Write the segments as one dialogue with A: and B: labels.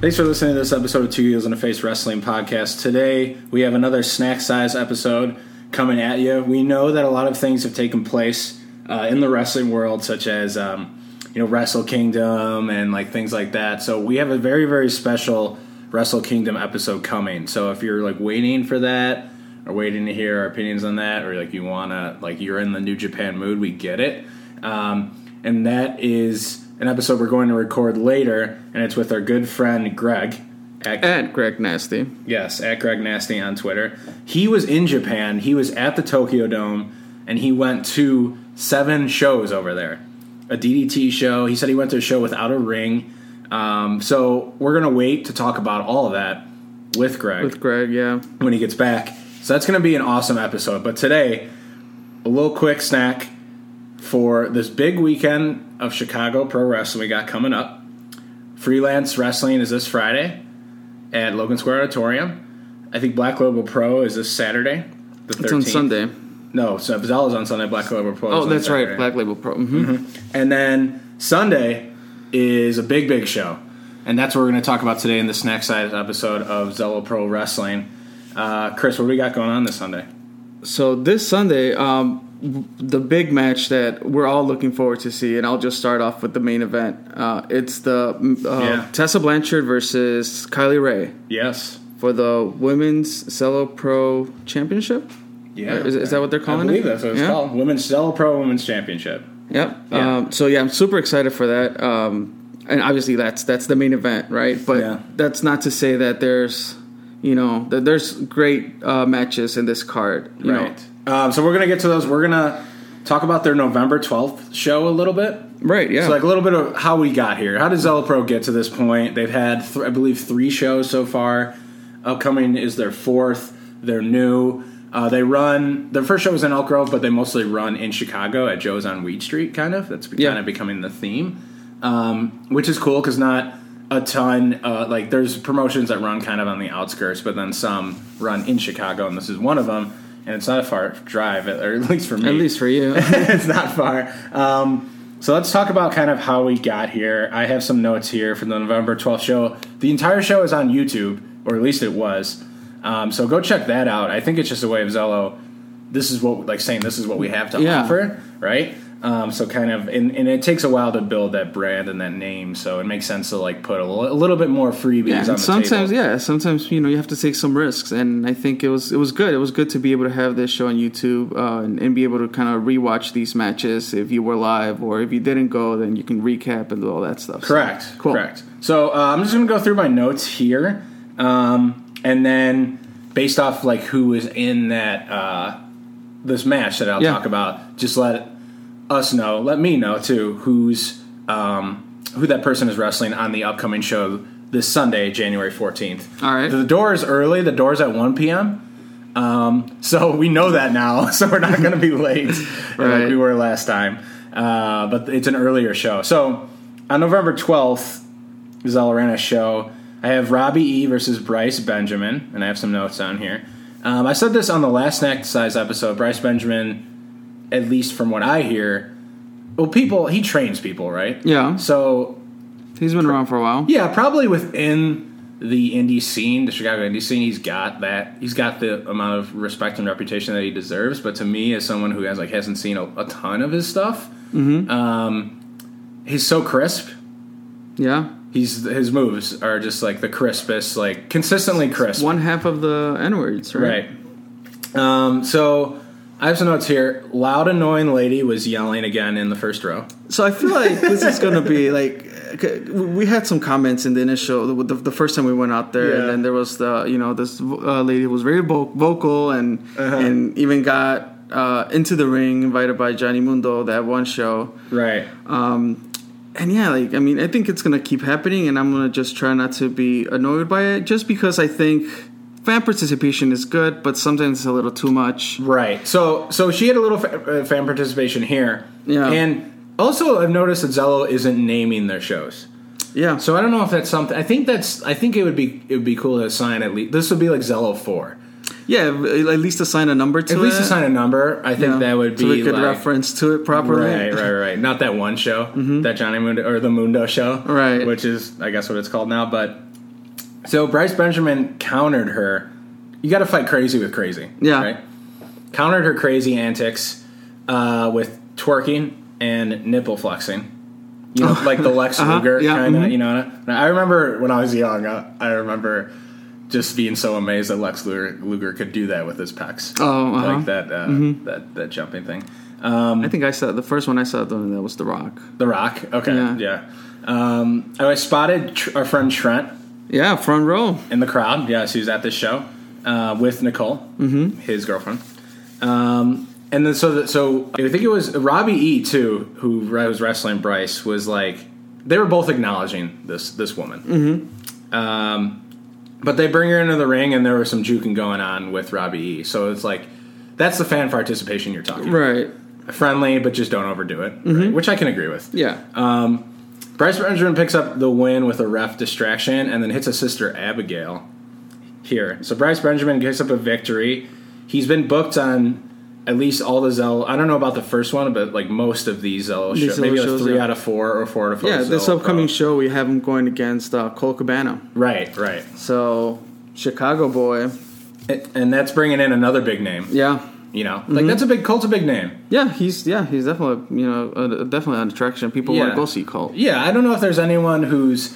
A: Thanks for listening to this episode of Two Heels and a Face Wrestling Podcast. Today, we have another snack size episode coming at you. We know that a lot of things have taken place uh, in the wrestling world, such as, um, you know, Wrestle Kingdom and like things like that. So, we have a very, very special Wrestle Kingdom episode coming. So, if you're like waiting for that or waiting to hear our opinions on that, or like you want to, like you're in the New Japan mood, we get it. Um, and that is an episode we're going to record later, and it's with our good friend Greg. At,
B: At Greg Nasty.
A: yes, at Greg Nasty on Twitter. He was in Japan. He was at the Tokyo Dome, and he went to seven shows over there. A DDT show. He said he went to a show without a ring. Um, so we're gonna wait to talk about all of that with Greg
B: With Greg, yeah.
A: when he gets back. So that's going to be an awesome episode. But today, a little quick snack for this big weekend of Chicago Pro Wrestling we got coming up. Freelance Wrestling is this Friday at Logan Square Auditorium. I think Black Lobo Pro is this Saturday. The 13th.
B: It's on Sunday.
A: No, so Vizalla's on Sunday. Black Lobo Pro. is
B: Oh,
A: on
B: that's
A: Saturday. Mm-hmm.
B: right. Black Label Pro. hmm
A: And then Sunday is a big, big show. And that's what we're going to talk about today in the snack size episode of Zello Pro Wrestling. Uh, Chris, what do we got going on this Sunday?
B: So this Sunday, um, w- the big match that we're all looking forward to see, and I'll just start off with the main event. Uh, it's the mm, uh,
A: Yeah.
B: Tessa Blanchard versus Kylie Ray
A: Yes.
B: for the Women's Cello Pro Championship.
A: Yeah.
B: Is- is that what they're calling
A: I believe
B: it?
A: that's what it's
B: Yeah.
A: called. Women's Zello Pro Women's Championship.
B: Yep.
A: Yeah.
B: Um, so yeah, I'm super excited for that. Um, and obviously, that's that's the main event, right? But
A: Yeah.
B: that's not to say that there's, you know, that there's great uh, matches in this card, you know.
A: Um, so we're going to get to those. We're going to talk about their November 12th show a little bit.
B: Right. Yeah.
A: So like a little bit of how we got here. How did Zello Pro get to this point? They've had, th- I believe, three shows so far. Upcoming is their fourth. They're new. Uh, they run their first show was in Elk Grove, but they mostly run in Chicago at Joe's on Weed Street. Kind of that's
B: Yeah.
A: kind of becoming the theme, um, which is cool because not a ton uh, like there's promotions that run kind of on the outskirts, but then some run in Chicago, and this is one of them. And it's not a far drive, or at least for me
B: At least for you.
A: it's not far. Um, so let's talk about kind of how we got here. I have some notes here from the November 12th show. The entire show is on YouTube, or at least it was. Um, so go check that out. I think it's just a way of Zello. This is what like saying this is what we have to
B: Yeah.
A: offer, right? Um, so kind of, and, and it takes a while to build that brand and that name. So it makes sense to like put a li- a little bit more freebies
B: yeah.
A: on
B: and
A: the
B: sometimes,
A: table.
B: yeah. Sometimes you know you have to take some risks, and I think it was it was good. It was good to be able to have this show on YouTube uh, and, and be able to kind of rewatch these matches if you were live or if you didn't go, then you can recap and do all that stuff. So-
A: Correct.
B: Cool.
A: Correct. So uh, I'm just going to go through my notes here, um, and then based off like who was in that uh, this match that I'll
B: Yeah.
A: talk about, just let us know, let me know too, who's um, who that person is wrestling on the upcoming show this Sunday, January 14th.
B: All right.
A: The door is early. The door's at 1 p.m. Um, so we know that now, so we're not going to be late like
B: Right.
A: we were last time. Uh, but it's an earlier show. So on November 12th, Zell ran a show. I have Robbie E versus Bryce Benjamin, and I have some notes on here. Um, I said this on the last snack size episode. Bryce Benjamin, at least from what I hear, well, people he trains people, right?
B: Yeah.
A: So
B: He's been around for a while.
A: yeah, probably within the indie scene, the Chicago indie scene, he's got that. He's got the amount of respect and reputation that he deserves. But to me, as someone who has like hasn't seen a, a ton of his stuff, um, he's so crisp.
B: Yeah.
A: He's his moves are just like the crispest, like consistently crisp.
B: One half of the N words, right?
A: Right. Um, so I have some notes here. Loud, annoying lady was yelling again in the first row.
B: So I feel like this is going to be like okay, we we had some comments in the initial the, the, the first time we went out there,
A: Yeah.
B: and then there was the you know this uh, lady who was very vo- vocal and
A: Uh-huh.
B: and even got uh, into the ring invited by Johnny Mundo that one show.
A: Right.
B: Um, and yeah, like I mean, I think it's gonna keep happening, and I'm gonna just try not to be annoyed by it, just because I think fan participation is good, but sometimes it's a little too much.
A: Right. So so she had a little fa- uh, fan participation here.
B: Yeah.
A: And also, I've noticed that Zello isn't naming their shows.
B: Yeah.
A: So I don't know if that's something. I think that's. I think it would be. It would be cool to assign at least. This would be like Zello four.
B: Yeah, at least assign a number to
A: At
B: it.
A: least assign a number. I think
B: Yeah.
A: that would be.
B: so we could
A: like-
B: reference to it properly.
A: Right, right, right. Not that one show, that Johnny Mundo or the Mundo show,
B: Mm-hmm. Right.
A: Which is, I guess, what it's called now. But So Bryce Benjamin countered her. You got to fight crazy with crazy.
B: Yeah.
A: Countered her crazy antics uh, with twerking and nipple flexing. You know, like the Lex
B: Uh-huh,
A: Luger
B: yeah,
A: kind of.
B: mhm.
A: You know, And I remember when I was young. I, I remember just being so amazed that Lex Luger, Luger could do that with his pecs.
B: Oh, uh-huh.
A: like that uh, that that jumping thing.
B: I think I saw the first one I saw though that was The Rock.
A: The Rock. Okay,
B: Yeah.
A: yeah. Um, I spotted tr- our friend Trent
B: Yeah, front row.
A: in the crowd. Yeah, she was at this show uh, with Nicole, mm-hmm. his girlfriend. Um, and then so the, so I think it was Robbie E too, who was wrestling Bryce, was like they were both acknowledging this this woman. Mm-hmm. Um, but they bring her into the ring, and there was some juking going on with Robbie E. So it's like that's the fan participation you're talking. about.
B: Right.
A: Friendly, but just don't overdo it, right? which I can agree with.
B: Yeah.
A: Bryce Benjamin picks up the win with a ref distraction and then hits his sister Abigail here. So Bryce Benjamin picks up a victory. He's been booked on at least all the Zello. I don't know about the first one, but like most of these Zello
B: These
A: shows. Maybe
B: Zello shows,
A: like three
B: yeah.
A: out of four or four out of four.
B: yeah. This
A: Zello
B: upcoming
A: Pro.
B: show we have him going against uh, Cole Cabana.
A: Right, right.
B: So Chicago boy.
A: And- And that's bringing in another big name,
B: Yeah.
A: you know?
B: Mm-hmm.
A: Like that's a big, Colt's a big name.
B: Yeah, he's yeah he's definitely you know uh, definitely an attraction. People want
A: Yeah.
B: to go see Cole.
A: Yeah, I don't know if there's anyone who's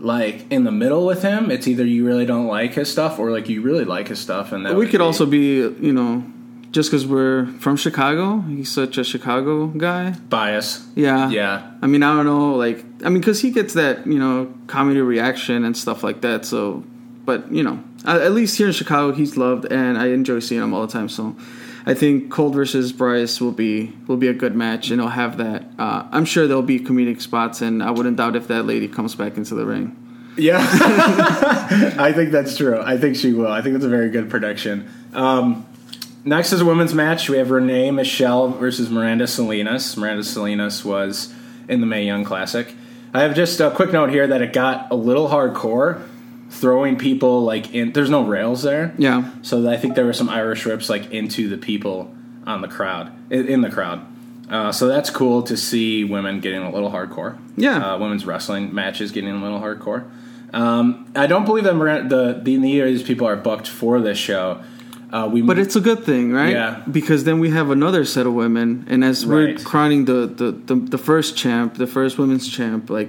A: like in the middle with him. It's either you really don't like his stuff or like you really like his stuff. And that
B: we
A: would
B: could
A: be-
B: also be you know just because we're from Chicago, he's such a Chicago guy.
A: bias.
B: Yeah.
A: Yeah.
B: I mean, I don't know, like, I mean, because he gets that, you know, comedy reaction and stuff like that. So, but you know, at, at least here in Chicago, he's loved, and I enjoy seeing him all the time. So, I think Cold versus Bryce will be will be a good match, and I'll have that. Uh, I'm sure there'll be comedic spots, and I wouldn't doubt if that lady comes back into the ring.
A: Yeah, I think that's true. I think she will. I think that's a very good prediction. Um, next is a women's match. We have Renee Michelle versus Miranda Salinas. Miranda Salinas was in the May Young Classic. I have just a quick note here that it got a little hardcore, throwing people like in. There's no rails there.
B: Yeah,
A: So I think there were some Irish whips like into the people on the crowd in in the crowd. Uh, so that's cool to see women getting a little hardcore.
B: Yeah.
A: uh, women's wrestling matches getting a little hardcore. Um, I don't believe that Miranda, the the neither of these people are booked for this show. Uh, we
B: but it's a good thing, right?
A: Yeah.
B: Because then we have another set of women, and as we're
A: Right.
B: crowning the, the the the first champ, the first women's champ, like.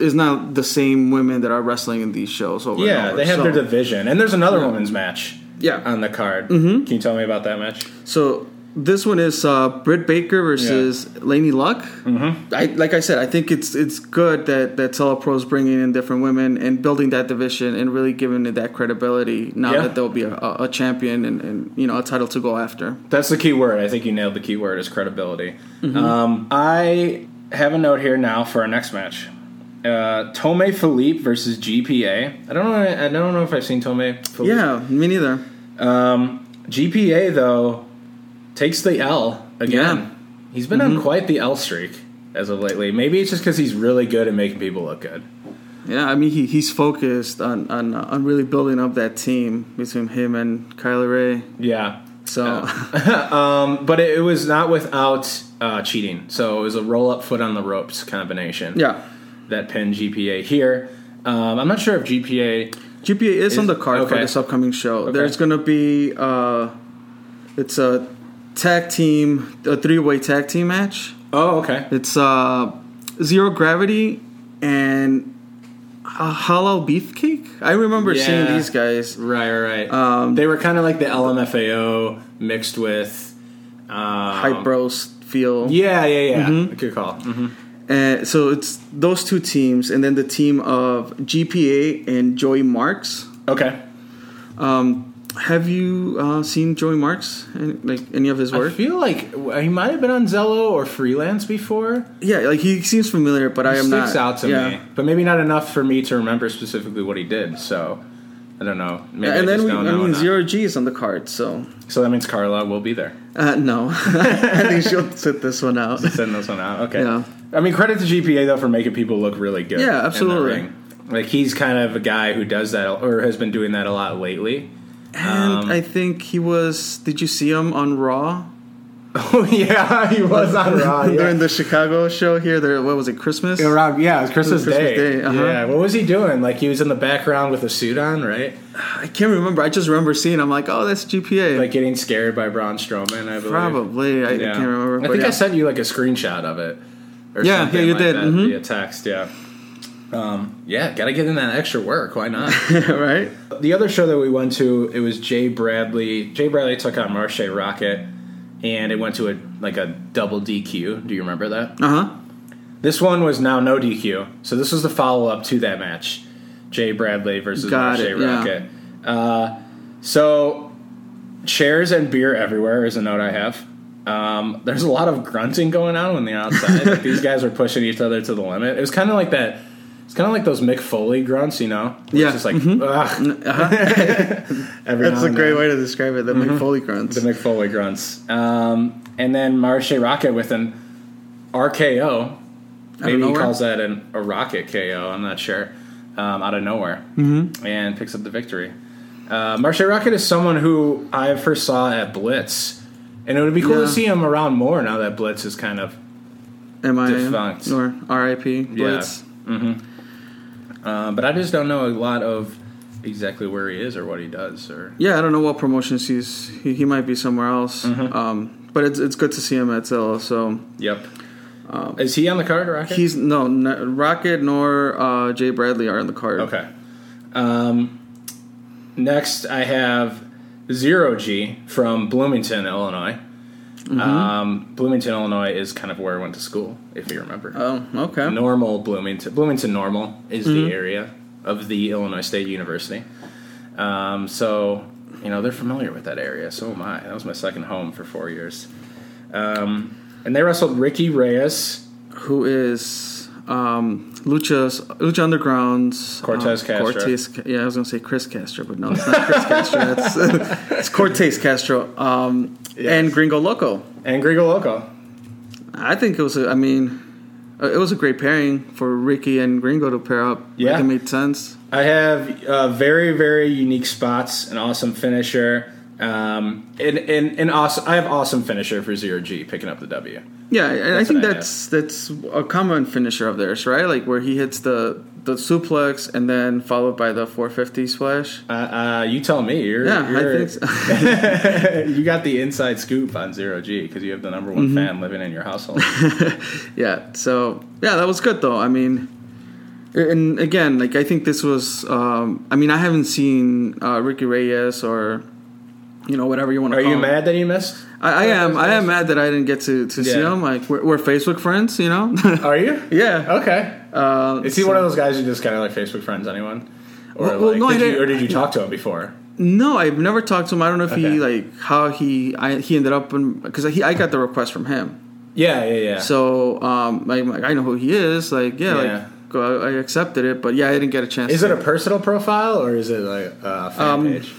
B: It's not the same women that are wrestling in these shows over and
A: yeah
B: over.
A: they have
B: So-
A: their division, and there's another women's match.
B: Yeah.
A: on the card. Mm-hmm. Can you tell me about that match?
B: So this one is uh, Britt Baker versus Lainey Luck. Mm-hmm. I, like I said, I think it's it's good that that Telepro's bringing in different women and building that division and really giving it that credibility. Now
A: Yeah.
B: that there'll be a, a a champion and, and you know a title to go after.
A: That's the key word. I think you nailed the key word is credibility.
B: Mm-hmm.
A: Um, I have a note here now for our next match. Uh, Tomei Philippe versus GPA. I don't know. I don't know if I've seen Tomei. Philippe.
B: Yeah, me neither.
A: Um, GPA though takes the L again.
B: Yeah.
A: He's been on quite the L streak as of lately. Maybe it's just because he's really good at making people look good.
B: Yeah, I mean he, he's focused on, on uh, on really building up that team between him and Kyler Ray.
A: Yeah.
B: So
A: Um, but it, it was not without uh, cheating. So it was a roll up foot on the ropes combination.
B: yeah.
A: that pin GPA here. Um, I'm not sure if GPA.
B: GPA is, on the card for
A: okay.
B: this upcoming show. There's going to be uh, it's a tag team, a three way tag team match.
A: Oh, okay.
B: It's uh, zero gravity and a halal beefcake. I remember seeing
A: Yeah.
B: these guys.
A: Right, right. right. they were kind of like the LMFAO mixed with um,
B: Hype roast feel.
A: Yeah, yeah, yeah. Good call. Mm-hmm.
B: And so it's those two teams, and then the team of GPA and Joey Marks. Um,
A: Okay.
B: Have you uh, seen Joey Marks? Any, like any of his
A: I
B: work?
A: feel like he might have been on Zello or freelance before.
B: yeah, like he seems familiar, but I am not.
A: Sticks out to
B: yeah.
A: me, but maybe not enough for me to remember specifically what he did. So I don't know. Maybe I
B: and then
A: just
B: we,
A: don't
B: I
A: know
B: mean,
A: enough.
B: zero G is on the card, so
A: So that means Carla will be there.
B: uh, no, I think she'll sit this one out.
A: Send this one out. Okay.
B: Yeah.
A: I mean, credit to GPA though for making people look really good.
B: Yeah,
A: in the
B: absolutely.
A: ring. Like he's kind of a guy who does that or has been doing that a lot lately. Um,
B: And I think he was. Did you see him on Raw?
A: Oh yeah, he was on Raw. Yeah.
B: during the Chicago show here. There, what was it? Christmas.
A: Around- yeah, it was Christmas,
B: Christmas
A: Day.
B: Day, uh-huh.
A: Yeah, what was he doing? Like he was in the background with a suit on, right?
B: I can't remember. I just remember seeing. I'm like, oh, that's GPA.
A: Like getting scared by Braun Strowman. I believe.
B: Probably. I, I
A: Yeah.
B: can't remember.
A: I
B: but
A: think
B: yeah.
A: I sent you like a screenshot of it. Or
B: Yeah,
A: something
B: yeah, you
A: like
B: did,
A: That,
B: mhm.
A: Via text. Yeah. Um, yeah, gotta get in that extra work. Why not?
B: right.
A: The other show that we went to, it was Jay Bradley. Jay Bradley took on Marche Rocket, and it went to a like a double DQ. Do you remember that?
B: Uh huh.
A: This one was now no DQ, so this was the follow up to that match, Jay Bradley versus
B: Got
A: Marche
B: it, yeah.
A: Rocket. Uh, so chairs and beer everywhere is a note I have. Um, there's a lot of grunting going on on the outside. like these guys are pushing each other to the limit. It was kind of like that. It's kind of like those Mick Foley grunts, you know? Where
B: Yeah. Mm-hmm. uh-huh.
A: It's just like, ugh, Every
B: That's
A: now
B: a
A: and
B: great
A: then.
B: way to describe it. The McFoley grunts.
A: The McFoley grunts. Um, and then Marche Rocket with an RKO. Maybe he
B: nowhere?
A: calls that an, a rocket KO. I'm not sure. Um, out of nowhere. Mm-hmm. And picks up the victory. Uh, Marche Rocket is someone who I first saw at Blitz. And it would be cool
B: Yeah.
A: to see him around more now that Blitz is kind of.
B: Am I
A: Defunct.
B: or R.I.P. Blitz?
A: Um, but I just don't know a lot of exactly where he is or what he does. Or
B: Yeah. I don't know what promotions he's. He, he might be somewhere else.
A: Mm-hmm.
B: Um, but it's it's good to see him at Zillow. So
A: Yep.
B: Um,
A: is he on the card, Rocket?
B: he's no n- Rocket nor uh, Jay Bradley are on the card.
A: Okay. Um, next, I have Zero G from Bloomington, Illinois. Um, Bloomington, Illinois is kind of where I went to school, if you remember.
B: Oh, okay.
A: normal Bloomington, Bloomington Normal is the area of the Illinois State University. Um, so, you know, they're familiar with that area. So am I. That was my second home for four years. Um, and they wrestled Ricky Reyes,
B: Who is um, Lucha's Lucha Underground's
A: Cortez
B: um,
A: Castro.
B: Cortez, yeah, I was gonna say Chris Castro, but no, it's not Chris Castro. It's, it's Cortez Castro um, and Gringo Loco.
A: and Grigo Loco.
B: I think it was. A, I mean, uh, it was a great pairing for Ricky and Gringo to pair up.
A: Yeah.
B: I think it made sense.
A: I have uh, very, very unique spots, an awesome finisher, um, and, and, and awesome, I have awesome finisher for Zero G picking up the W.
B: Yeah, and I
A: That's
B: think
A: an idea.
B: that's that's a common finisher of theirs, right? Like where he hits the the suplex and then followed by the 450 splash.
A: Uh, uh, you tell me. You're,
B: Yeah,
A: you're,
B: I think so. Mm-hmm.
A: you got the inside scoop on Zero G because you have the number one fan living in your household.
B: yeah. So yeah, that was good though. I mean, and again, like I think this was. Um, I mean, I haven't seen uh, Ricky Reyes or you know whatever you want to.
A: Are you mad that you missed?
B: I, I am. I am mad that I didn't get to to see
A: Yeah.
B: him. Like we're, we're Facebook friends, you know.
A: Are you?
B: yeah.
A: Okay.
B: Uh,
A: Is he
B: so-
A: one of those guys who just kind of like Facebook friends anyone? Or,
B: Well- well,
A: like,
B: no, I
A: did you,
B: didn't-
A: or did you talk to him before?
B: No, I've never talked to him. I don't know if
A: Okay.
B: he like how he I, he ended up in because he I got the request from him.
A: Yeah, yeah, yeah.
B: So um, I, I know who he is. Like yeah,
A: Yeah.
B: like go, I accepted it, but yeah, I didn't get a chance.
A: is
B: to-
A: it a personal profile or is it like a fan
B: Um,
A: page?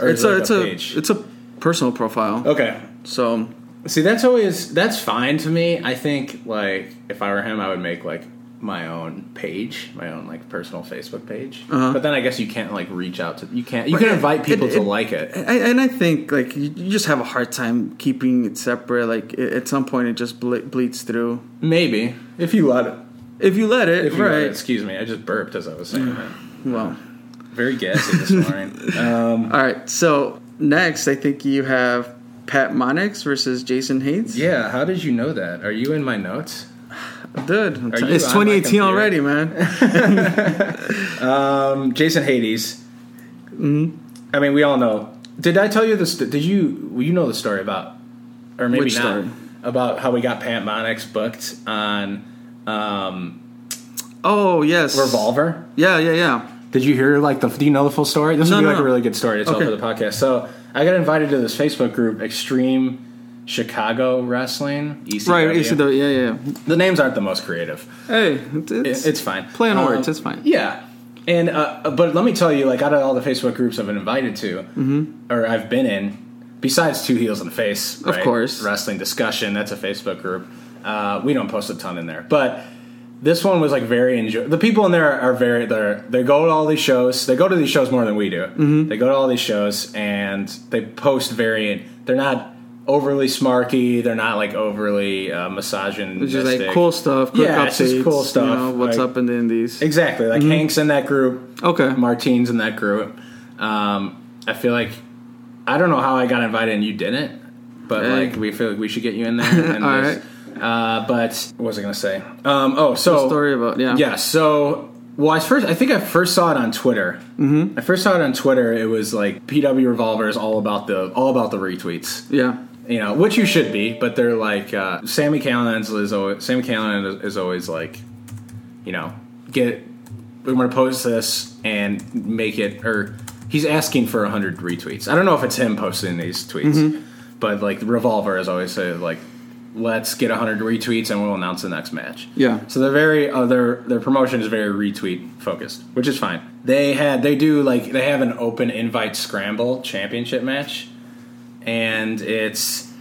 A: Or is
B: it's
A: it,
B: a
A: like,
B: it's a,
A: page?
B: it's a personal profile.
A: okay.
B: So
A: See, that's always that's fine to me. I think like if I were him, I would make like my own page, my own like personal Facebook page.
B: Uh-huh.
A: But then I guess you can't like reach out to you can't you
B: Right.
A: can invite people
B: It-
A: to
B: it-
A: like it.
B: I, and I think like you, you just have a hard time keeping it separate. Like a- at some point, it just ble- bleeds through.
A: Maybe if you let it.
B: If you let it,
A: If you let it.
B: right?
A: excuse me, I just burped as I was saying that.
B: well,
A: Very gassy this morning. Um,
B: all right. So next, I think you have Pat Monix versus Jason Hayes.
A: yeah, how did you know that? Are you in my notes?
B: Dude, I'm
A: Are
B: t-
A: you
B: it's
A: on my
B: 2018
A: computer?
B: already, man.
A: Um, Jason Hades. I mean, we all know. Did I tell you this? Did you well, you know the story about, or maybe
B: Which
A: not
B: story?
A: about how we got Pat Monix booked on um,
B: Oh yes,
A: Revolver?
B: Yeah, yeah, yeah.
A: Did you hear like the? Do you know the full story? This
B: No,
A: would be
B: no,
A: like
B: no.
A: a really good story to tell
B: Okay.
A: for the podcast. So I got invited to this Facebook group, Extreme Chicago Wrestling. ECW.
B: Right, ECW. Yeah, yeah.
A: The names aren't the most creative.
B: Hey, it's,
A: It-
B: it's,
A: It's fine.
B: play on
A: Um,
B: words. It's fine.
A: Yeah, and uh, but let me tell you, like out of all the Facebook groups I've been invited to, or I've been in, besides two heels in the face,
B: Mm-hmm. Of
A: right?
B: course.
A: wrestling discussion. That's a Facebook group. Uh, we don't post a ton in there, but this one was like very enjoy. The people in there are very they're they go to all these shows. They go to
B: Mm-hmm.
A: these shows more than we do. They go to all these shows and they post very. They're not overly smarky. They're not like overly uh, misogynistic.
B: Which is like cool stuff, quick
A: Yeah,
B: updates,
A: it's just cool stuff,
B: You know, what's
A: like-
B: up in the indies?
A: Exactly. Like
B: Mm-hmm.
A: Hank's in that group.
B: Okay.
A: Martine's in that group. Um, I feel like I don't know how I got invited and you didn't, but
B: Hey.
A: like we feel like we should get you in there. And
B: All
A: there's- Uh, but what was I going to say? Um, oh, so
B: Story about yeah.
A: yeah. So, well, I first I think I first saw it on Twitter. Mm-hmm. I first saw it on Twitter. It was like PW Revolver is all about the all about the retweets.
B: Yeah.
A: You know, which you should be, but they're like uh, Sammy Callahan is always Sammy Callahan is, is always like, you know, get we're going to post this and make it or he's asking for 100 retweets. I don't know if it's him posting these tweets, but like Revolver is always say like let's get 100 retweets and we'll announce the next match.
B: Yeah.
A: So they're very uh, their their promotion is very retweet focused, which is fine. They had they do like they have an open invite scramble championship match, and it's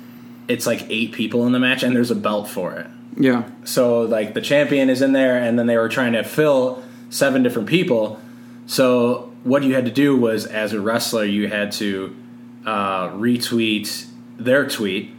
A: it's like eight people in the match, and there's a belt for it.
B: Yeah.
A: So like the champion is in there, and then they were trying to fill seven different people. So what you had to do was, as a wrestler, you had to uh, retweet their tweet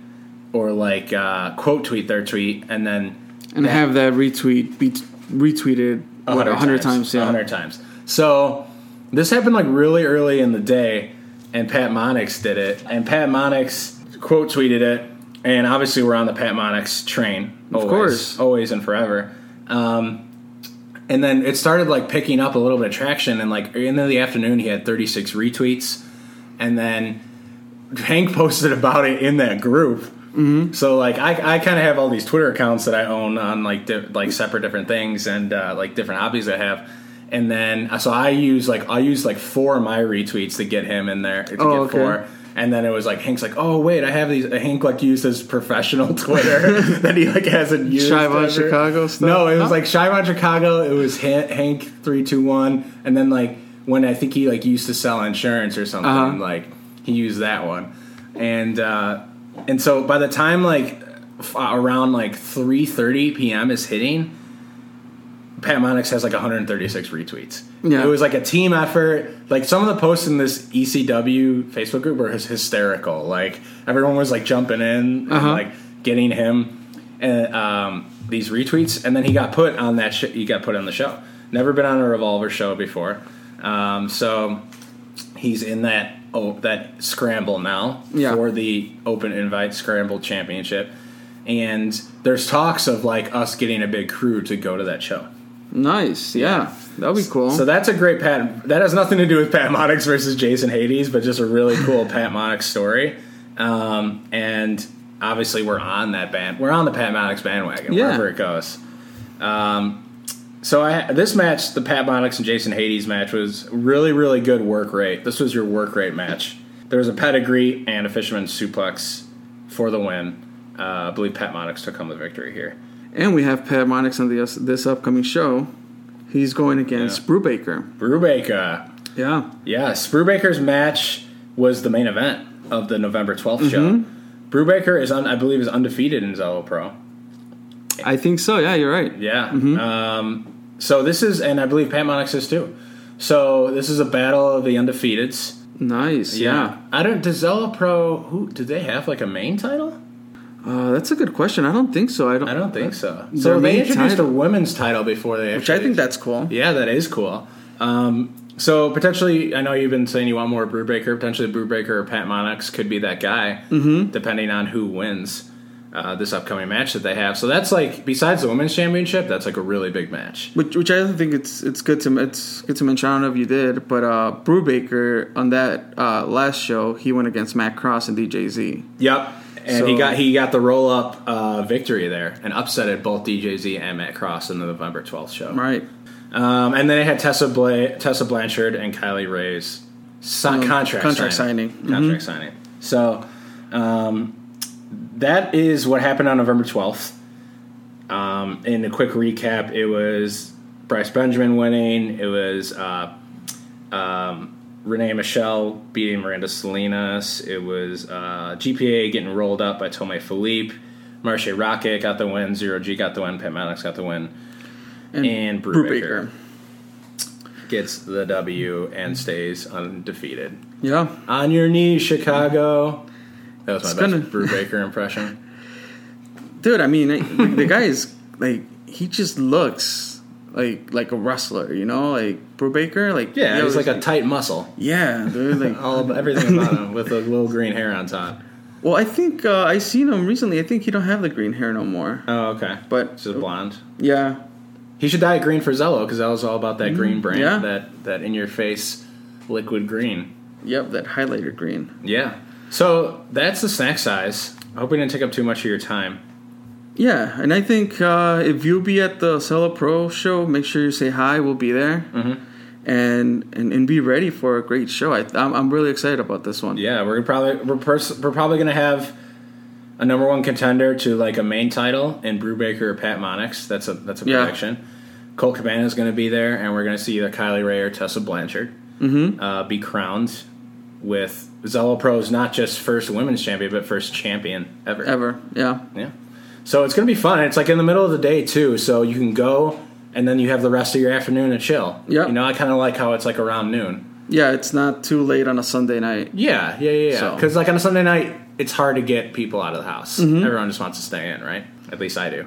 A: or like uh, quote tweet their tweet, and then
B: And have that retweet be t- retweeted
A: a
B: what, a hundred times. yeah.
A: A hundred times. So this happened like really early in the day, and Pat Monix did it, and Pat Monix quote tweeted it, and obviously we're on the Pat Monix train, always,
B: course.
A: always and forever. Um, and then it started like picking up a little bit of traction, and like in the afternoon he had thirty six retweets, and then Hank posted about it in that group.
B: Mm-hmm.
A: So like I, I kind of have all these Twitter accounts that I own on like di- like separate different things and uh, like different hobbies I have, and then uh, so I use like I use like four of my retweets to get him in there to
B: Oh,
A: get
B: okay.
A: four. And then it was like Hank's like, oh wait, I have these. Hank like used his professional Twitter that he like hasn't used.
B: Shy Von
A: ever.
B: Chicago stuff?
A: No, it was
B: No?
A: like Shy Rod Chicago. It was Han- Hank three two one, and then like when I think he like used to sell insurance or something,
B: Uh-huh.
A: like he used that one, and uh, and so by the time like f- around like three thirty p.m. is hitting, Pat Monix has like 136 retweets.
B: Yeah.
A: It was like a team effort. Like some of the posts in this ECW Facebook group were hys- hysterical. Like everyone was like jumping in and
B: Uh-huh.
A: like getting him and um, these retweets, and then he got put on that. Sh- he got put on the show. Never been on a Revolver show before, um, so he's in that oh that scramble now
B: Yeah.
A: for the Open Invite Scramble Championship, and there's talks of like us getting a big crew to go to that show.
B: Nice. Yeah. That'd be cool.
A: So that's a great Pat. That has nothing to do with Pat Monix versus Jason Hades, but just a really cool Pat Monix story. Um, and obviously, we're on that band. We're on the Pat Monix bandwagon
B: Yeah.
A: wherever it goes. Um, so I this match, the Pat Monix and Jason Hades match, was really really good work rate. This was your work rate match. There was a pedigree and a fisherman suplex for the win. Uh, I believe Pat Monix took home the victory here.
B: and we have Pat Monix on the, this upcoming show. He's going against
A: Yeah.
B: Brubaker.
A: Brubaker.
B: Yeah.
A: Yes, Brubaker's match was the main event of the November 12th show.
B: Mm-hmm.
A: Brubaker is, un- I believe, is undefeated in Zello Pro.
B: I think so. Yeah, you're right.
A: Yeah.
B: Mm-hmm.
A: Um, so this is, and I believe Pat Monix is too. So this is a battle of the undefeateds.
B: Nice. Yeah.
A: I don't. Does Zello Pro? Who do they have like a main title?
B: Uh, that's a good question. I don't think so. I don't.
A: I don't think so.
B: Uh, Their
A: So they
B: main
A: introduced
B: title-
A: a women's title before they.
B: Which I
A: actually-
B: think that's cool.
A: Yeah, that is cool. Um, so potentially, I know you've been saying you want more Brewbreaker. Potentially, Brewbreaker or Pat Monix could be that guy, depending on who wins uh, this upcoming match that they have. So that's like besides the women's championship, that's like a really big match.
B: Which, which I don't think it's it's good to it's good to mention. I don't know if you did, but uh, Brubaker on that uh, last show he went against Matt Cross and DJZ.
A: Yep, and he
B: So-
A: got he got the roll up uh, victory there and upset at both DJZ and Matt Cross in the November twelfth show.
B: Right.
A: Um, and then they had Tessa Bla- Tessa Blanchard and Kylie Rae's si- contract
B: Mm, contract signing. Mm-hmm.
A: contract signing. So um, that is what happened on November twelfth. Um, in a quick recap, it was Bryce Benjamin winning. It was uh, um, Renee Michelle beating Miranda Salinas. It was uh, GPA getting rolled up by Tomei Philippe. Marche Rocket got the win. Zero G got the win. Pat Maddox got the win
B: And,
A: and Brubaker, gets the W and stays undefeated.
B: Yeah.
A: On your knees, Chicago. That was my
B: It's
A: best
B: gonna-
A: Brew Baker impression.
B: dude. I mean, like, the guy is like he just looks like like a wrestler, you know, like Brubaker. Like
A: Yeah,
B: he
A: he's like
B: always-
A: a tight muscle.
B: yeah, dude. Like
A: All about everything about him with a little green hair on top.
B: well, I think uh, I seen him recently. I think he don't have the green hair no more.
A: Oh, okay.
B: But-
A: she's blonde.
B: Yeah,
A: He should dye it green for Zello because that was all about that green brand,
B: yeah.
A: that that in your face liquid green.
B: yep, that highlighter green.
A: Yeah. So that's the snack size. I hope we didn't take up too much of your time.
B: Yeah, and I think uh, if you'll be at the Cello Pro show, make sure you say hi. We'll be there,
A: Mm-hmm.
B: and, and and be ready for a great show. I, I'm I'm really excited about this one.
A: Yeah, we're probably we're, pers- we're probably gonna have a number one contender to like a main title in Brubaker or Pat Monix. That's a that's a
B: Yeah.
A: prediction. Colt Cabana is gonna be there, and we're gonna see either Kylie Ray or Tessa Blanchard
B: Mm-hmm.
A: uh, be crowned with Zello Pro's not just first women's champion, but first champion ever.
B: Ever, yeah,
A: Yeah. So it's gonna be fun. and It's like in the middle of the day too, so you can go and then you have the rest of your afternoon to chill.
B: Yep.
A: You know, I kind of like how it's like around noon.
B: yeah. It's not too late on a Sunday night.
A: Yeah, yeah, yeah.
B: So-
A: Because like on a Sunday night, it's hard to get people out of the house.
B: Mm-hmm.
A: Everyone just wants to stay in, right? At least I do.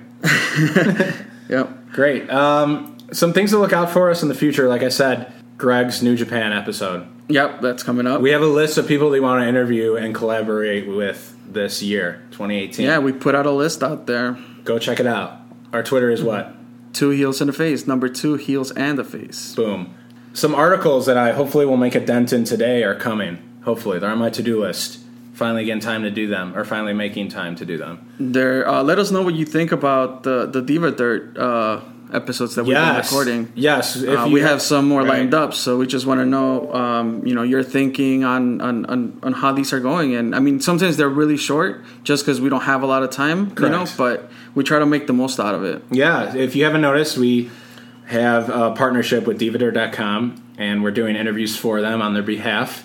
B: Yep.
A: Great. Um, some things to look out for us in the future. Like I said, Greg's New Japan episode.
B: Yep, that's coming up.
A: We have a list of people they want to interview and collaborate with this year, 2018.
B: yeah, we put out a list out there.
A: Go check it out. Our Twitter is what?
B: Two heels and a face. Number two, heels and a face.
A: Boom. Some articles that I hopefully will make a dent in today are coming. Hopefully, they're on my to-do list. Finally getting time to do them, or finally making time to do them.
B: There. Uh, let us know what you think about the the Diva Dirt uh, episodes that we've been
A: Yes.
B: recording.
A: Yes. If
B: Uh,
A: you-
B: we have some more
A: Right.
B: lined up, so we just want to know, um, you know, your thinking on, on on on how these are going. And I mean, sometimes they're really short, just because we don't have a lot of time, you know.
A: Correct.
B: But we try to make the most out of it.
A: Yeah, if you haven't noticed, we have a partnership with Divader.com, and we're doing interviews for them on their behalf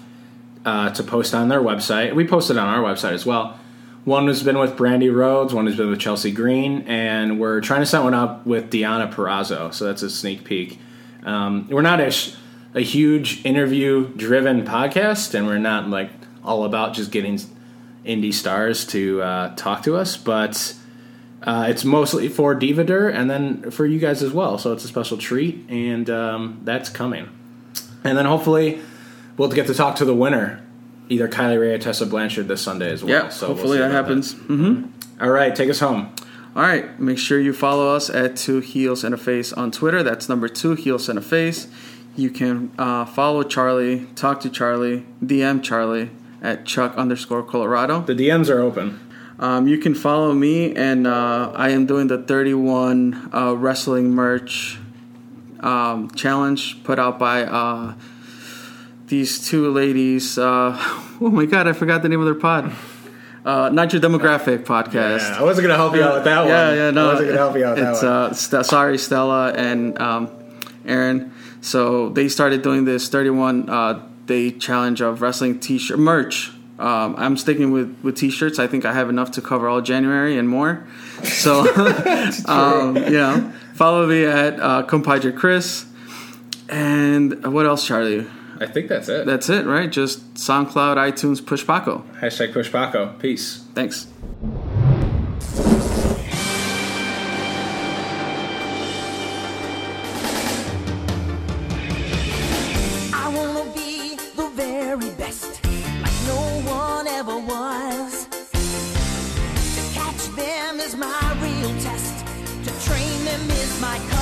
A: uh, to post on their website. We posted on our website as well. One has been with Brandy Rhodes, one has been with Chelsea Green, and we're trying to set one up with Diana Perrazzo. So that's a sneak peek. Um, we're not a, sh- a huge interview driven podcast, and we're not like all about just getting indie stars to uh, talk to us, but. Uh, it's mostly for Divader and then for you guys as well. So it's a special treat, and um, that's coming. And then hopefully we'll get to talk to the winner, either Kylie Ray or Tessa Blanchard this Sunday as well.
B: Yeah.
A: so we'll
B: hopefully
A: see
B: that
A: about
B: happens. hmm
A: All right, take us home.
B: All right, make sure you follow us at Two Heels and a Face on Twitter. That's number two Heels and a Face. You can uh, follow Charlie, talk to Charlie, DM Charlie at Chuck underscore Colorado.
A: The DMs are open.
B: Um, you can follow me, and uh, I am doing the 31 uh, wrestling merch um, challenge put out by uh, these two ladies. Uh, oh my god, I forgot the name of their pod. Uh, not your demographic podcast.
A: Yeah, I wasn't gonna help you out with that one.
B: Yeah, yeah, no.
A: I wasn't gonna help you out with
B: it's,
A: that one.
B: Uh, Ste- sorry, Stella and um, Aaron. So they started doing this 31 uh, day challenge of wrestling t-shirt merch. Um, I'm sticking with, with t-shirts. I think I have enough to cover all January and more. So, um, yeah, follow me at uh, Compadre Chris. And what else, Charlie?
A: I think that's it.
B: That's it, right? Just SoundCloud, iTunes, Push Paco.
A: Hashtag push Paco. Peace.
B: Thanks.
C: I wanna be the very best, like no one ever was. To catch them is my real test, to train them is my cause.